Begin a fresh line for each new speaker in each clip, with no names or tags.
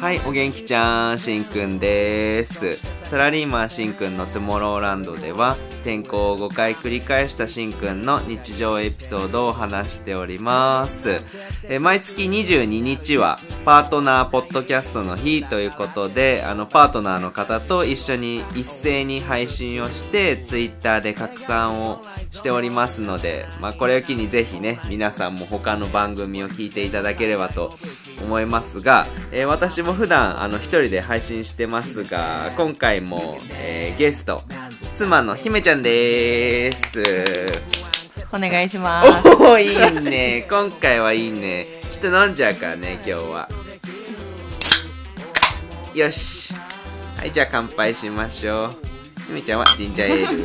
はい、お元気ちゃん、しんくんです。サラリーマンしんくんのトゥモローランドでは、転校を5回繰り返したしんくんの日常エピソードを話しております。えー毎月22日は、パートナーポッドキャストの日ということで、あの、パートナーの方と一緒に一斉に配信をして、ツイッターで拡散をしておりますので、まあ、これを機にぜひね、皆さんも他の番組を聞いていただければと思いますが、えー私も普段あの一人で配信してますが今回も、えーゲスト妻の姫ちゃんです
お願いします。
おおいいね今回はいいねちょっと飲んじゃうからね今日はよしはいじゃあ乾杯しましょう姫ちゃんはジンジャーエール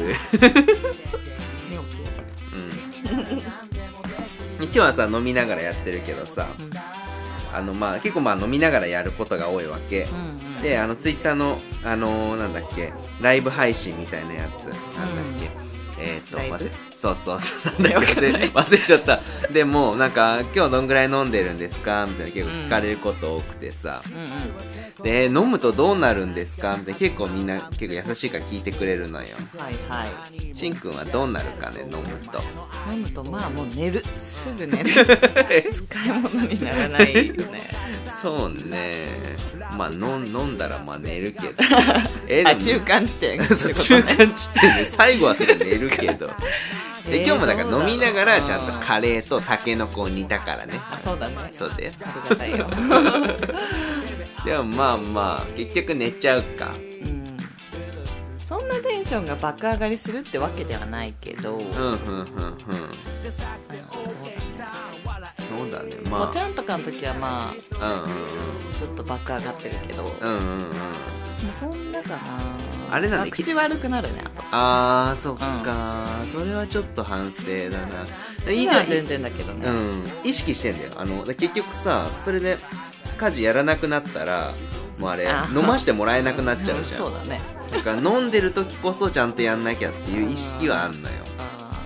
うん今日はさ飲みながらやってるけどさ
うん
あのまあ結構まあ飲みながらやることが多いわけ、
うんうん
であのツイッターのあのーなんだっけライブ配信みたいなやつなんだっけ、えっ、と
ライブ
忘れそうそう そうなんだっけ忘れ忘れちゃったでもなんか今日どんぐらい飲んでるんですかみたいな結構聞かれること多くてさ、
うんうん
で飲むとどうなるんですかみたいな結構みんな結構優しいから聞いてくれるのよ
はいはい。
しんくんはどうなるかね飲む と
飲むとまあもう寝る。すぐ寝る。 使い物にならないよね。
そうねまあ飲ん飲んだらまあ寝る けどえ
あ
でも
中間地点ってこと
そう中
ね。
間地点で最後はそれ寝るけどで
えー
今日もだから飲みながら
どう
ち
だ
ゃ
ろうん
とカレーとタケノコを煮たからね
あそうだね。
そうだよ
ありがたいよ。
でもまあまあ結局寝ちゃうか
うん。そんなテンションが爆上がりするってわけではないけど、うん、
う
そうん
うんうんうんそ
だね。
うだね
お
ま
ちゃんとかの時はまあ
あ
ちょっと爆上がってるけど、
うんうんうんうんうんうん
もうそんなかな。
あれなんだ
ま口悪くなるね。あと
あーそっか、それはちょっと反省だな以
今
上
は全然だけどね。
うん、意識してんだよあの結局さそれで家事やらなくなったらもうあれ
あー
飲ましてもらえなくなっちゃうじゃん
そうだね。
だから飲んでる時こそちゃんとやんなきゃっていう意識はあんのよ
あ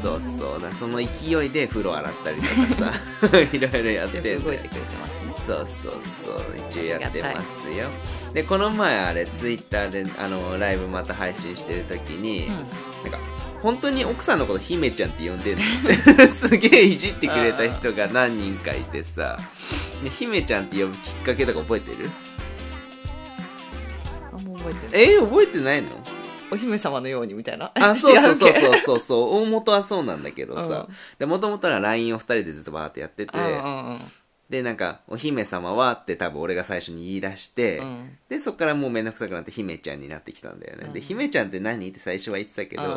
そうそうだその勢いで風呂洗ったりとかさ いろいろやっ
ー
て
よ
んだよ
く動いてくれてますね。
そうそうそう一応やってますよでこの前あれツイッターであのライブまた配信してる時に、なんか本当に奥さんのこと姫ちゃんって呼んでるの すげえいじってくれた人が何人かいてさで姫ちゃんって呼ぶきっかけとか覚えてる
うん。あもう覚えてない。
えー、覚えてないの
お姫様のようにみたいな。
あ、そうそうそう
違
そううそうそう。大元はそうなんだけどさ
うん。
で、元々は LINE を二人でずっとバーってやってて
け。、うんうんうん。
で、なんか、お姫様はって多分俺が最初に言い出して、
うん
で、そっからもうめんどくさくなって姫ちゃんになってきたんだよね。で、姫ちゃんって何って最初は言ってたけ
うんう
ど、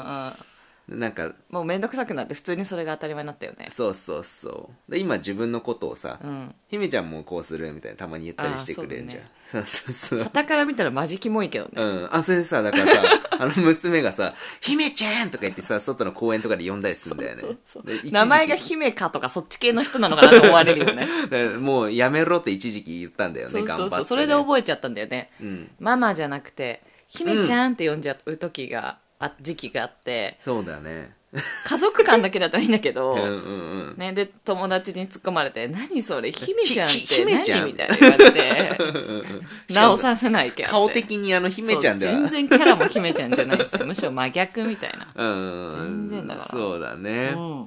ん
なんか、
もうめんどくさくなって普通にそれが当たり前になったよね。
そうそうそう。で、今自分のことをさ、
うん。
姫ちゃんもこうするみたいなたまに言ったりしてくれるじゃん。そうそうそう。
傍から見たらマジキモいけどね。
うん。あ、それでさ、だからさ、あの娘がさ、姫ちゃんとか言ってさ、外の公園とかで呼んだりするんだよね。で一時期
名前 が姫かとかそっち系の人なのかなと思われるよね。
だからもうやめろって一時期言ったんだよ
そ
ね、
う
頑張
そ
っ
う
て
そ
ね。
う。それで覚えちゃったんだよね。
うん。
ママじゃなくて、姫ちゃんって呼んじゃう時が、あ時期があって、
そうだね。
家族間だけだったらいいんだけど、
うんうんうん。
ね、で友達に突っ込まれて「何それ姫ちゃんっ
ひひ
て
姫ちゃん
何?」みたいな言わ れて直させないけど
顔的にあの姫ちゃんでは。
全然キャラも姫ちゃんじゃないし むしろ真逆みたいな、
うんうんうん。
全然だから
そうだね。
うん、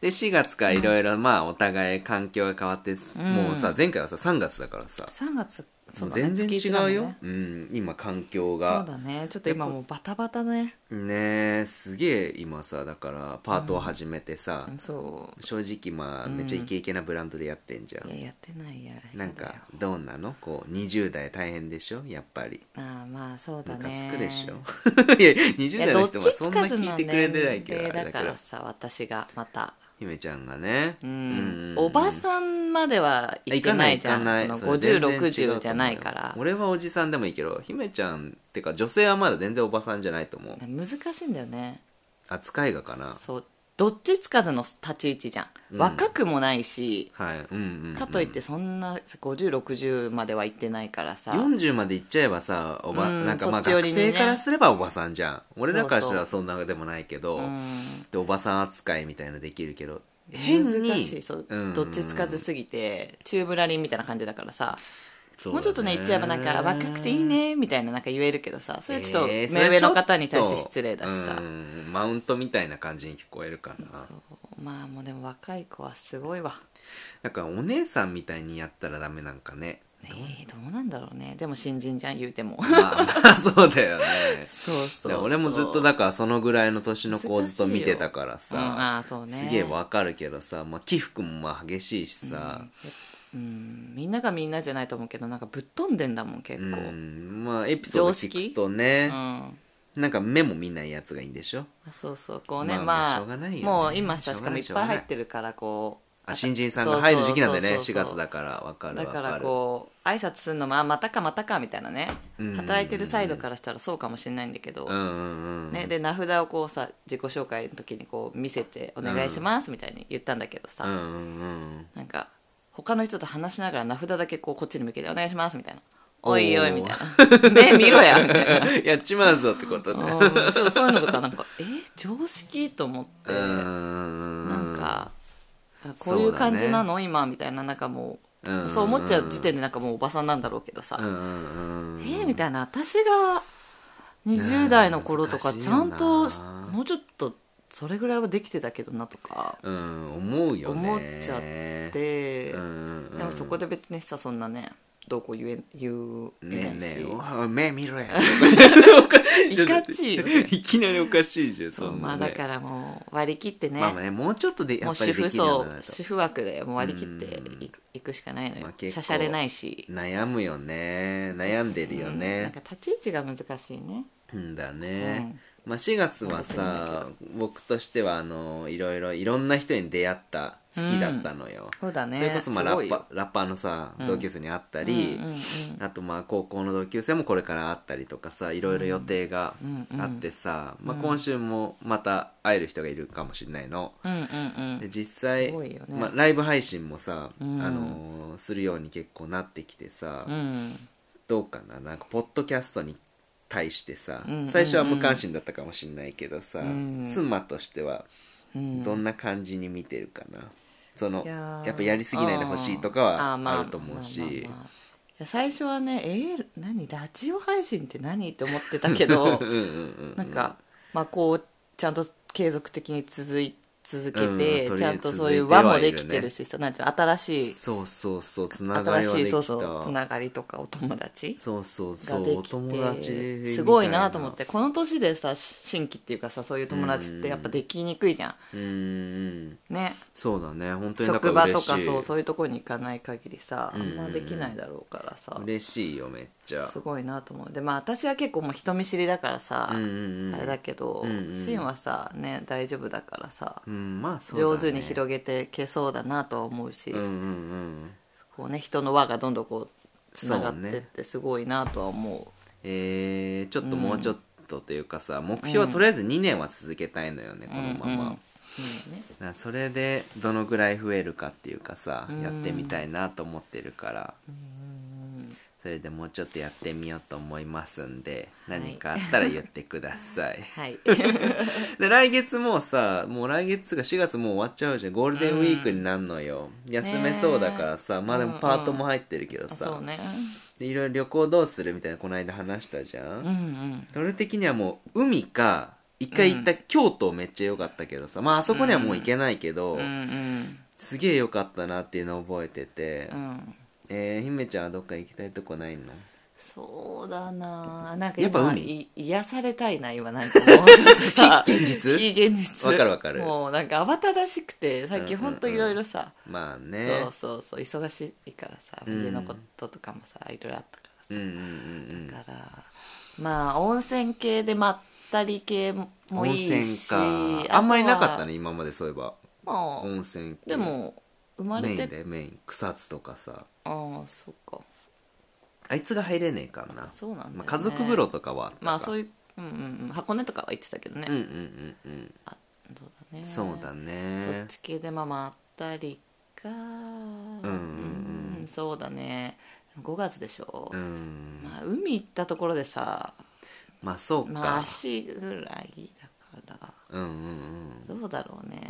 で、4月からいろいろ、まあ、お互い環境が変わって、もうさ、前回はさ、3月だからさ、
3月そ
も
う
う
だ、
全
ね、
然
月
違
一だも
うん
ね
よ。うん、今、環境
そう
が。
だねちょっと今もうバタバタね
ねえ、すげえ今さ、だから、パートを始めてさ、
そ
正直まあ、めっちゃイケイケなブランドでやってんじゃ
うい
ん。
ややってないや
なんか、どうなのこう、20代大変でしょやっぱり。
ああまあそうだ
ム
ね
カつくでしょ いや20
い
代
やど
の
っち
人はそ
つ
んな
かず
聞い
の
てくれてない
年
けどあ
齢
れ
だ
だか
から
ら
さ私がまた
姫ちゃんがね
う
うん
んおばさんまでは行ってないじゃんその
れ全然違うと思うよ
5060じゃないから
俺はおじさんでもいいけど姫ちゃんってか女性はまだ全然おばさんじゃないと思う
難しいんだよね
扱いがかな
そうどっちつかずの立ち位置じゃん、
うん
若くもないし
はい、うんうんうん
かといってそんな5060までは行ってないからさ
40までいっちゃえばさおば、
うん
なんかまあ
そっち寄
学
りにね
生からすればおばさんじゃん俺らからした
そ
ら
う
そんなでもないけど、
うん
でおばさん扱いみたいのできるけど変に
難しいそう、
うん
どっちつかずすぎてチューブラリンみたいな感じだからさ
そ
もうちょっとね言っちゃえばなんか若くていいねみたいななんか言えるけどさそれはちょっと
えー
目上の方に対して失礼だし
それちょっ
さ
と、うんマウントみたいな感じに聞こえるかな
まあもうでも若い子はすごいわ
なんかお姉さんみたいにやったらダメなんか ね
えー、どうなんだろうねでも新人じゃん言うても
まあまあそうだよね
そうそ
だ
う
から俺もずっとだからそのぐらいの年の構図と見てたから
うん
さ、
あーそうね
すげえわかるけどさ、まあ、起伏もまあ激しいしさ、
うんみんながみんなじゃないと思うけどなんかぶっ飛んでんだもん結
うん
構、
まあエピソード聞くと
うん
ね、
あ
なんか目も見ないやつがいいんでしょ
そうそうこうね
まあし
ま
ょうが
あ
ないよね
もう今さ
しょ
し
うが
かも
ない
いっぱい入ってるからこう
あ新人さんが入る時期なんでね
そうそ
4
うそう
月だからわかるわ
だ
か
か
る
らこう挨拶するのもあまたかまたかみたいなね
うん
働いてるサイドからしたらそうかもしれないんだけど、
うんうんうん
ね、で名札をこうさ自己紹介の時にこう見せて「お願いします」みたいに言ったんだけどさ、
うんうんうん
なんか他の人と話しながら名札だけこうこっちに向けて「お願いします」みたいな「おいおい」みたいな「 目見ろや」みたいな
やっちまうぞってことね
うんちょっとそういうのとかなんか「え常識?」と思って、
な
なんかあこういう感じなの、今みたいななんかもう、
うん
そう思っちゃう時点でなんかもうおばさんなんだろうけどさ「
うんうんうん
えみたいな私が20代の頃とか
うん
ちゃんと
難しいよな
もうちょっとそれぐらいはできてたけどなとか
うん思うよね
思っちゃって、
うんうんうん
でもそこで別にさそんなねどうこう言え言え
ねえ
ない
ね
し、
えおい目見ろや
いかちいよね
いきなりおかしいじゃん
そ、
そうん
ま
な
あ
ね
だからもう割り切ってね,、
まあまあねもうちょっとでや
もう
っぱりで
主婦
きるよ
そう
にな
う
ると
主婦枠でもう割り切っていく,、いくしかないのよ、
まあ結構
しゃしゃれないし
悩むよね悩んでるよ
うんなん
ね
か立ち位置が難しいね
うんだねまあ4月はさ僕としてはあのいろいろいろんな人に出会った好きだったのよ
そうだね
それこそまあラッ
すごいよ
パラッパーのさ
ん
同級生に会ったり、
うんうんうん
あとまあ高校の同級生もこれから会ったりとかさいろいろ予定があってさ、まあ、今週もまた会える人がいるかもしれないの。
うんうんうん
で実際、
すごいよね
まあ、ライブ配信もさ、
うん
あのーするように結構なってきてさ、
うん
どうかななんかポッドキャストに対してさ、
うんうんうん
最初は無関心だったかもしれないけどさ、
ん
妻としては
うん
どんな感じに見てるかな、その
い
や
ー
っぱやりすぎないでほしいとか
あ
は
ーま
あると思うし
まあまあまあまあいや最初はねえー、何ラジオ配信って何って思ってたけ ど
うんうん
なんか、まあ、こうちゃんと継続的に続い続け
うんと
て、
りあえず
ちゃんとそういう
続いては
輪
いるね
もできてるしさなんていう
う
の新し
ん
い
そうそうそうつなが
新
りはで
し
き
い
た
そうそうつながりとかお友達
そうそうそ
が
う
で
お
き
友達
て
みた
すごいなと思ってこの年でさ新規っていうかさそういう友達ってやっぱできにくいじゃん、
うんうん
ね
そうだね本当にだ
職
から
場
嬉
と
しい
かそうそういうところに行かない限りさあ
うん
んまできないだろうからさ
嬉しいよめっちゃ
すごいなと思うでまあ私は結構もう人見知りだからさ、
うんうんうん
あれだけど、
うんうん
シンはさね大丈夫だからさ、
うんまあそうだね
上手に広げてけそうだなとは思うし、
うんうんうん
こうね人の輪がどんどんこうつな
そ
がっ
う
て
ね
ってすごいなとは思う
えー、ちょっともうちょっとというかさ、目標はとりあえず2年は続けたいのよね、このまま、
うんうん
だか
うんね
らそれでどのぐらい増えるかっていうかさ、
うん
やってみたいなと思ってるから、それでもうちょっとやってみようと思いますんで
い
何かあったら言ってください
はい
で来月もさもう来月が4月もう終わっちゃうじゃんゴールデンウィークになんのよ、休めそうだからさ、
ねえ
まあでもパートも入ってるけど
あ
さ、
そうね
でいろいろ旅行どうするみたいなこの間話したじゃん、
うんうん
俺的にはもう海か一回行った京都めっちゃ良かったけどさ、まああそこにはもう行けないけど、
うんうん
すげえ良かったなっていうのを覚えてて、
うん
えー、姫ちゃんはどっか行きたいとこないの
そうだなあなんか
やっぱ
今
海
い癒されたいな今なんかもうちょっと さ
非現実
非現実
わかるわかる
もうなんか慌ただしくて最近ほんといろいろさ、
まあね
そうそうそう忙しいからさ
うん
家のこととかもさいろいろあったからさ、
うんうんうん
だからまあ温泉系でまったり系も
うん温
いい
泉
し
かあんまりなかった
ね
ね今までそういえば
まあ
温泉
でも生ま
メ
れ
イン
て
でメイン草津とかさ
ああそうか
あいつが入れねえかな
そうなんだよね
まあ、家族風呂とかはあったか
まあそう
いう
いう、うんうんうん、箱根とかは行ってたけどね、
うんうんうんうん
あそうだね
そうだ
そっ
ね
ち系でまあまったりかうんんそうだね5月でしょ、
うん
まあ海行ったところでさ
まあそうか、
まあ足ぐらいだか
う
ら
んうん
どうだろうね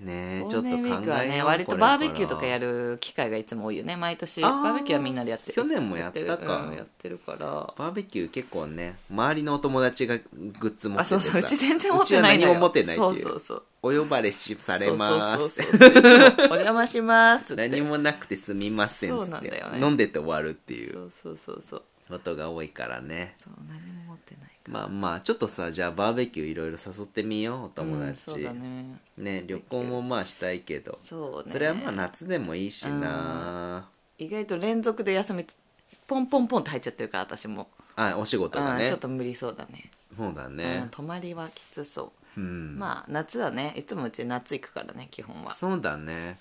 うんね
ゴ
ちょ
ー
っ
ル
と
デンウィ
考
ークは
え
ね
よう
割
ことれ
バーベキューとかや
る
る機会がいつも多いよね毎年
あ
バ
ー
ーベキューはみんなでやってる
去年もやったか
うんやってるから
バーベキュー結構ね周りのお友達がグッズ持っ
あ
てて
そう
さ
そううち全然持ってない
う
の
ちは
よ
何も持ってないっていう
そうそうそう
お呼ばれしされま
そう
す
そうそうそういつもお邪魔しますって
何もなくてすみませんっ
そう
つ
な
っ
ん
て、
だよね
飲んでて終わるってい
そううそうそうそう
ことが多いからね
そう何も持ってないから
まあまあちょっとさじゃあバーベキューいろいろ誘ってみようお友達、
うんそうだね
ね旅行もまあしたいけど
そうね
それはまあ夏でもいいしな、
意外と連続で休みポンポンポンって入っちゃってるから私も、
あお仕事が
うん
ね
ちょっと無理そうだね
そうだ
うん
ね
泊まりはきつそうう、
ん、
まあ夏はねいつもうち夏行くからね基本は
そうだね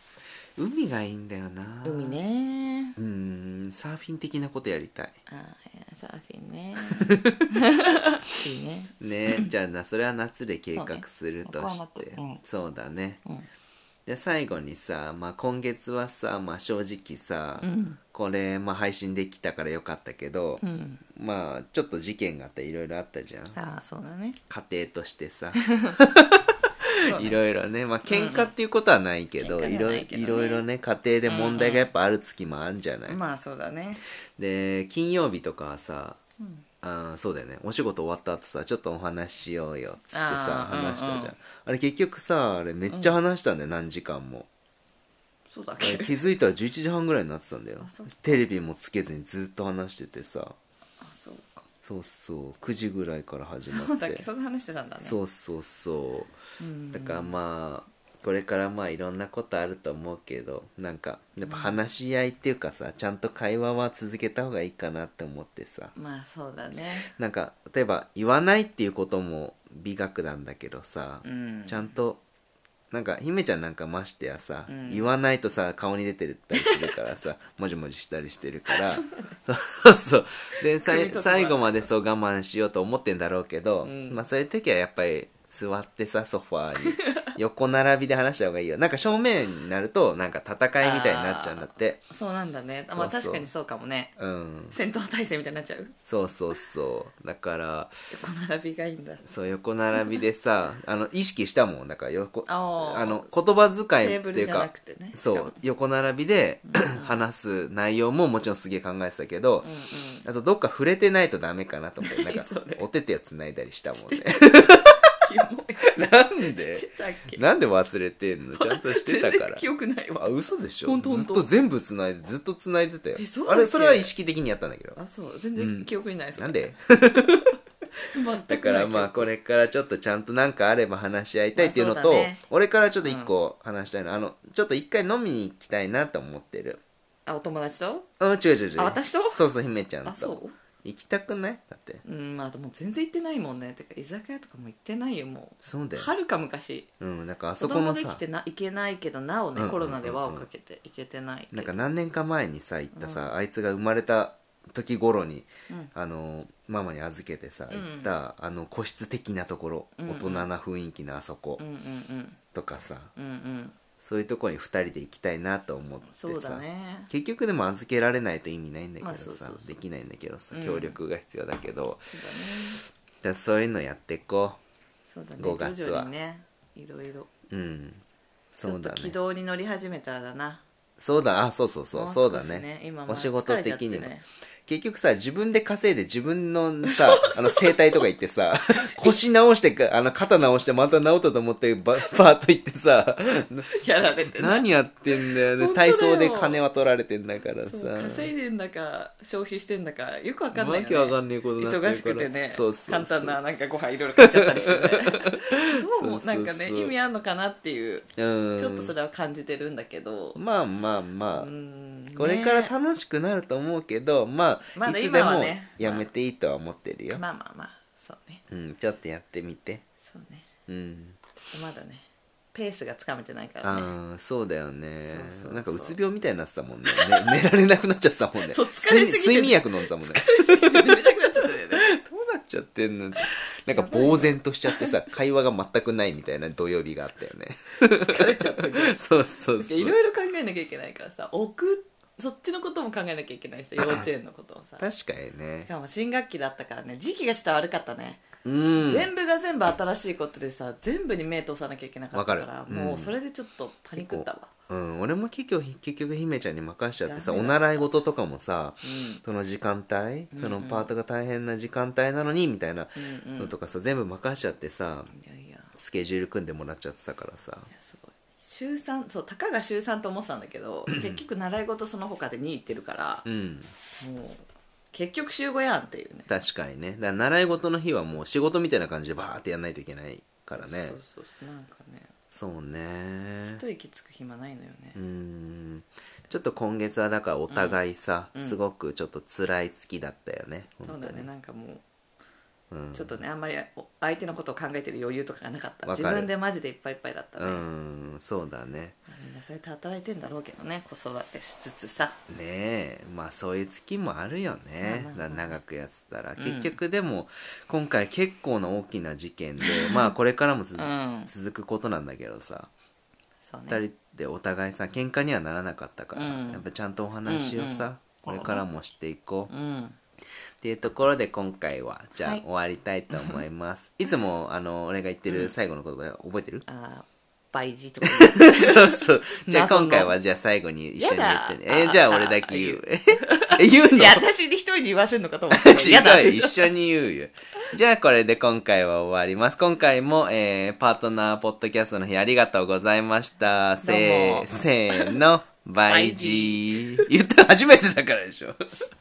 海がいいんだよな
海ね
うんサーフィン的なことやりたい
あーサーフィン ねいいね
ねじゃあなそれは夏で計画するとし
そうねここは
て
夏うん
そうだね
うん
で最後にさ、まあ、今月はさ、まあ、正直さ、
うん
これ、まあ、配信できたからよかったけど、
うん
まあちょっと事件があったりいろいろあったじゃん
ああそうだね
家庭として さいろいろねまあ喧嘩っていうことはないけど,、
喧嘩
い
じゃ
ろ
ないいけどね
ろいろね家庭で問題がやっぱある月もあるんじゃない、
まあそうだね
で金曜日とかはさ
うん
あーそうだよねお仕事終わった後さちょっとお話ししようよっつってさ
あー
話したじゃん、
うんうん
あれ結局さあれめっちゃ話したんだよ、何時間も
そうだっ
あれ
け
気づいたら11時半ぐらいになってたんだよ
あそっか
テレビもつけずにずっと話しててさ
あそうか
そうそう9時ぐらいから始まって
そうだっけそんな話してたんだね
そうそうそ
うん
うだからまあこれからまあいろんなことあると思うけどなんかやっぱ話し合いっていうかさちゃんと会話は続けた方がいいかなって思ってさ
まあそうだね
なんか例えば言わないっていうことも美学なんだけどさ、
うん
ちゃんとなんか姫ちゃんなんかましてやさ、
うん
言わないとさ顔に出てたりするから さもじもじしたりしてるからそうそうでさ
首
い
とか
最後までそう我慢しようと思ってんだろうけど、
うん
まあそういう時はやっぱり座ってさソファーに 横並びで話した方がいいよなんか正面になるとなんか戦いみたいになっちゃうんだって
そうなんだねあまあ
そうそう
確かにそうかもね
うん
戦闘態勢みたいになっちゃう
そうそうそうだから
横並びがいいんだ
そう横並びで さあの意識したもんだから横
あー
あの言葉遣い
テー
って
ブ
い
ル
う
じゃな
か
くてね
そ
しかも
う横並びで話す内容ももちろんすげえ考えてたけど
うんうん
あとどっか触れてないとダメかなと思ってなんか
それ
お手手をつないだりしたも んね
キモい
なん
して
で
たっけ
なんで忘れてんのちゃんとしてたか
全
ら
然記憶ない
あ
わ
嘘でし
ほ
ょ
んとほ
ずっ
んと
と全部つないでずっとつないでたよ
えそうだ
あ
っけ
れそれは意識的にやったんだけど
あそう全
うん
然記憶にないそれ
なんで
全くない
だからまあこれからちょっとちゃんとなんかあれば話し合いたいっていうの
まあそ
と、
うだね
俺からちょっと一個話したいの、あのちょっと一回飲みに行きたいなと思ってる
あお友達と
うん違う違う違う
あ私と
そうそう姫ちゃんと
あそう
行きたくないだって
うんまあでも全然行ってないもんねてか居酒屋とかも行ってないよも
そう
う
だよ
はるか昔
うんなんかあそ
子
こ
供
の
で
さ
きてな行けないけどなお
うんうんうんう
ね
ん
コロナで輪をかけて行けてないけ
なん
ど
か何年か前にさ行ったさ、あいつが生まれた時頃に、
うん
あのママに預けてさ
うん
行った、あの個室的なところ、
うんうん
大人な雰囲気のあそこ
うんうんうん
とかさ、
うんうん
そういうとこに2人で行きたいなと思ってさ
そうだね
結局でも預けられないと意味ないんだけどさ、
まあそうそうそう
できないんだけどさ
うん
協力が必要だけど、
そうだね
じゃあそういうのやっていこ
そうだね
5月は
徐々にねいろいろ
ううん
ち
そ
ょ
う
っと
だ
軌
ね
道に乗り始めたらだな
そうだあそうそうそう
も
そう
少
だ
し
ね
今まあ
お仕事的に
疲れち
も、
ゃってね
結局さ自分で稼いで自分のさ あの整体とか行ってさ腰直してかあの肩直してまた治ったと思ってババーッと行って さ
やられてな
何やってんだよね
本当
体
だよ
操で金は取られてんだから
そう
さ
稼いでんだか消費してんだかよくわかんないよ、ね、
わけわかんねえことになってるから
忙しくてね
そうそうそう
簡単ななんかご飯いろいろ買っちゃったりして ねどう
そうそう
も
そう
なんかね意味あるのかなっていう
うん
ちょっとそれは感じてるんだけど、
まあまあまあ、
うんね
これから楽しくなると思うけど、まあ、
まだ
いつで
今は
も
ね
やめていいとは思ってるよ、
まあまあまあそうね
うん、ちょっとやってみて
そうね
うん、
ちょっとまだねペースがつかめてないからね
ああそうだよね
そうそうそう
なんかうつ病みたいになってたもんね ね寝られなくなっちゃってたもんね
そう疲れすぎて
睡睡眠薬飲んでたもんね
疲れすぎて寝れなくなっちゃったよね
どうなっちゃってんのなんか呆然としちゃってさ会話が全くないみたいな土曜日があったよ ね そう そうそう
いろいろ考えなきゃいけないからさ送そっちのことも考えなきゃいけないしさ幼稚園のことをさ
確かにね
しかも新学期だったからね時期がちょっと悪かったね、
うん
全部が全部新しいことでさ全部に目通さなきゃいけなかったか
わ
ら
かるうん
もうそれでちょっとパニックったわ
うん、俺も結局結局姫ちゃんに任しちゃってさ
ダメ
お
だ
習い事とかもさ
うん
その時間帯そのパートが大変な時間帯なのにみたいな
うんうん
のとかさ全部任しちゃってさ
いやいや
スケジュール組んでもらっちゃってたからさ
すごい週3そうたかが週3と思ってたんだけど結局習い事その他で2行ってるから
うん
もう結局週5やんっていうね
確かにねだから習い事の日はもう仕事みたいな感じでバーってやんないといけないからね
そうそうそうなんかね
そうね
一息つく暇ないのよね
うんちょっと今月はだからお互いさ、
うんうん
すごくちょっと辛い月だったよね
そ
本
う
当
だ
に
ねなんかもう
うん
ちょっとねあんまりお相手のことを考えてる余裕とかがなかった
わか
自
る
分でマジでいっぱいいっぱいだったね、
うんそうだね
みんなそうやって働いてんだろうけどね子育てしつつさ
ねえまあそういう月もあるよね
まあまあまあ
だ長くやってたら
うん
結局でも今回結構な大きな事件でまあこれからも続
うん
続くことなんだけどさ
そう
2
ね
人でお互いさ喧嘩にはならなかったから
うん
やっぱちゃんとお話を
うんう
さこれからもしていこう
うん
っていうところで今回はじゃあ
はい
終わりたいと思います いつもあの俺が言ってる最後の言葉覚えてる
あー倍事 とか
そうそうじゃあ
謎の
今回はじゃあ最後に一緒に言ってね
やだ
えじゃあ俺だけ言うえ 言うの
いや私で一人で言わせるのかと思って
違
やだ
うよ一緒に言うよ。じゃあこれで今回は終わります。今回も、えー、パートナーポッドキャストの日ありがとうございました。せー、
どうも
せーの、バイジ
イ
ー。言った初めてだからでしょ。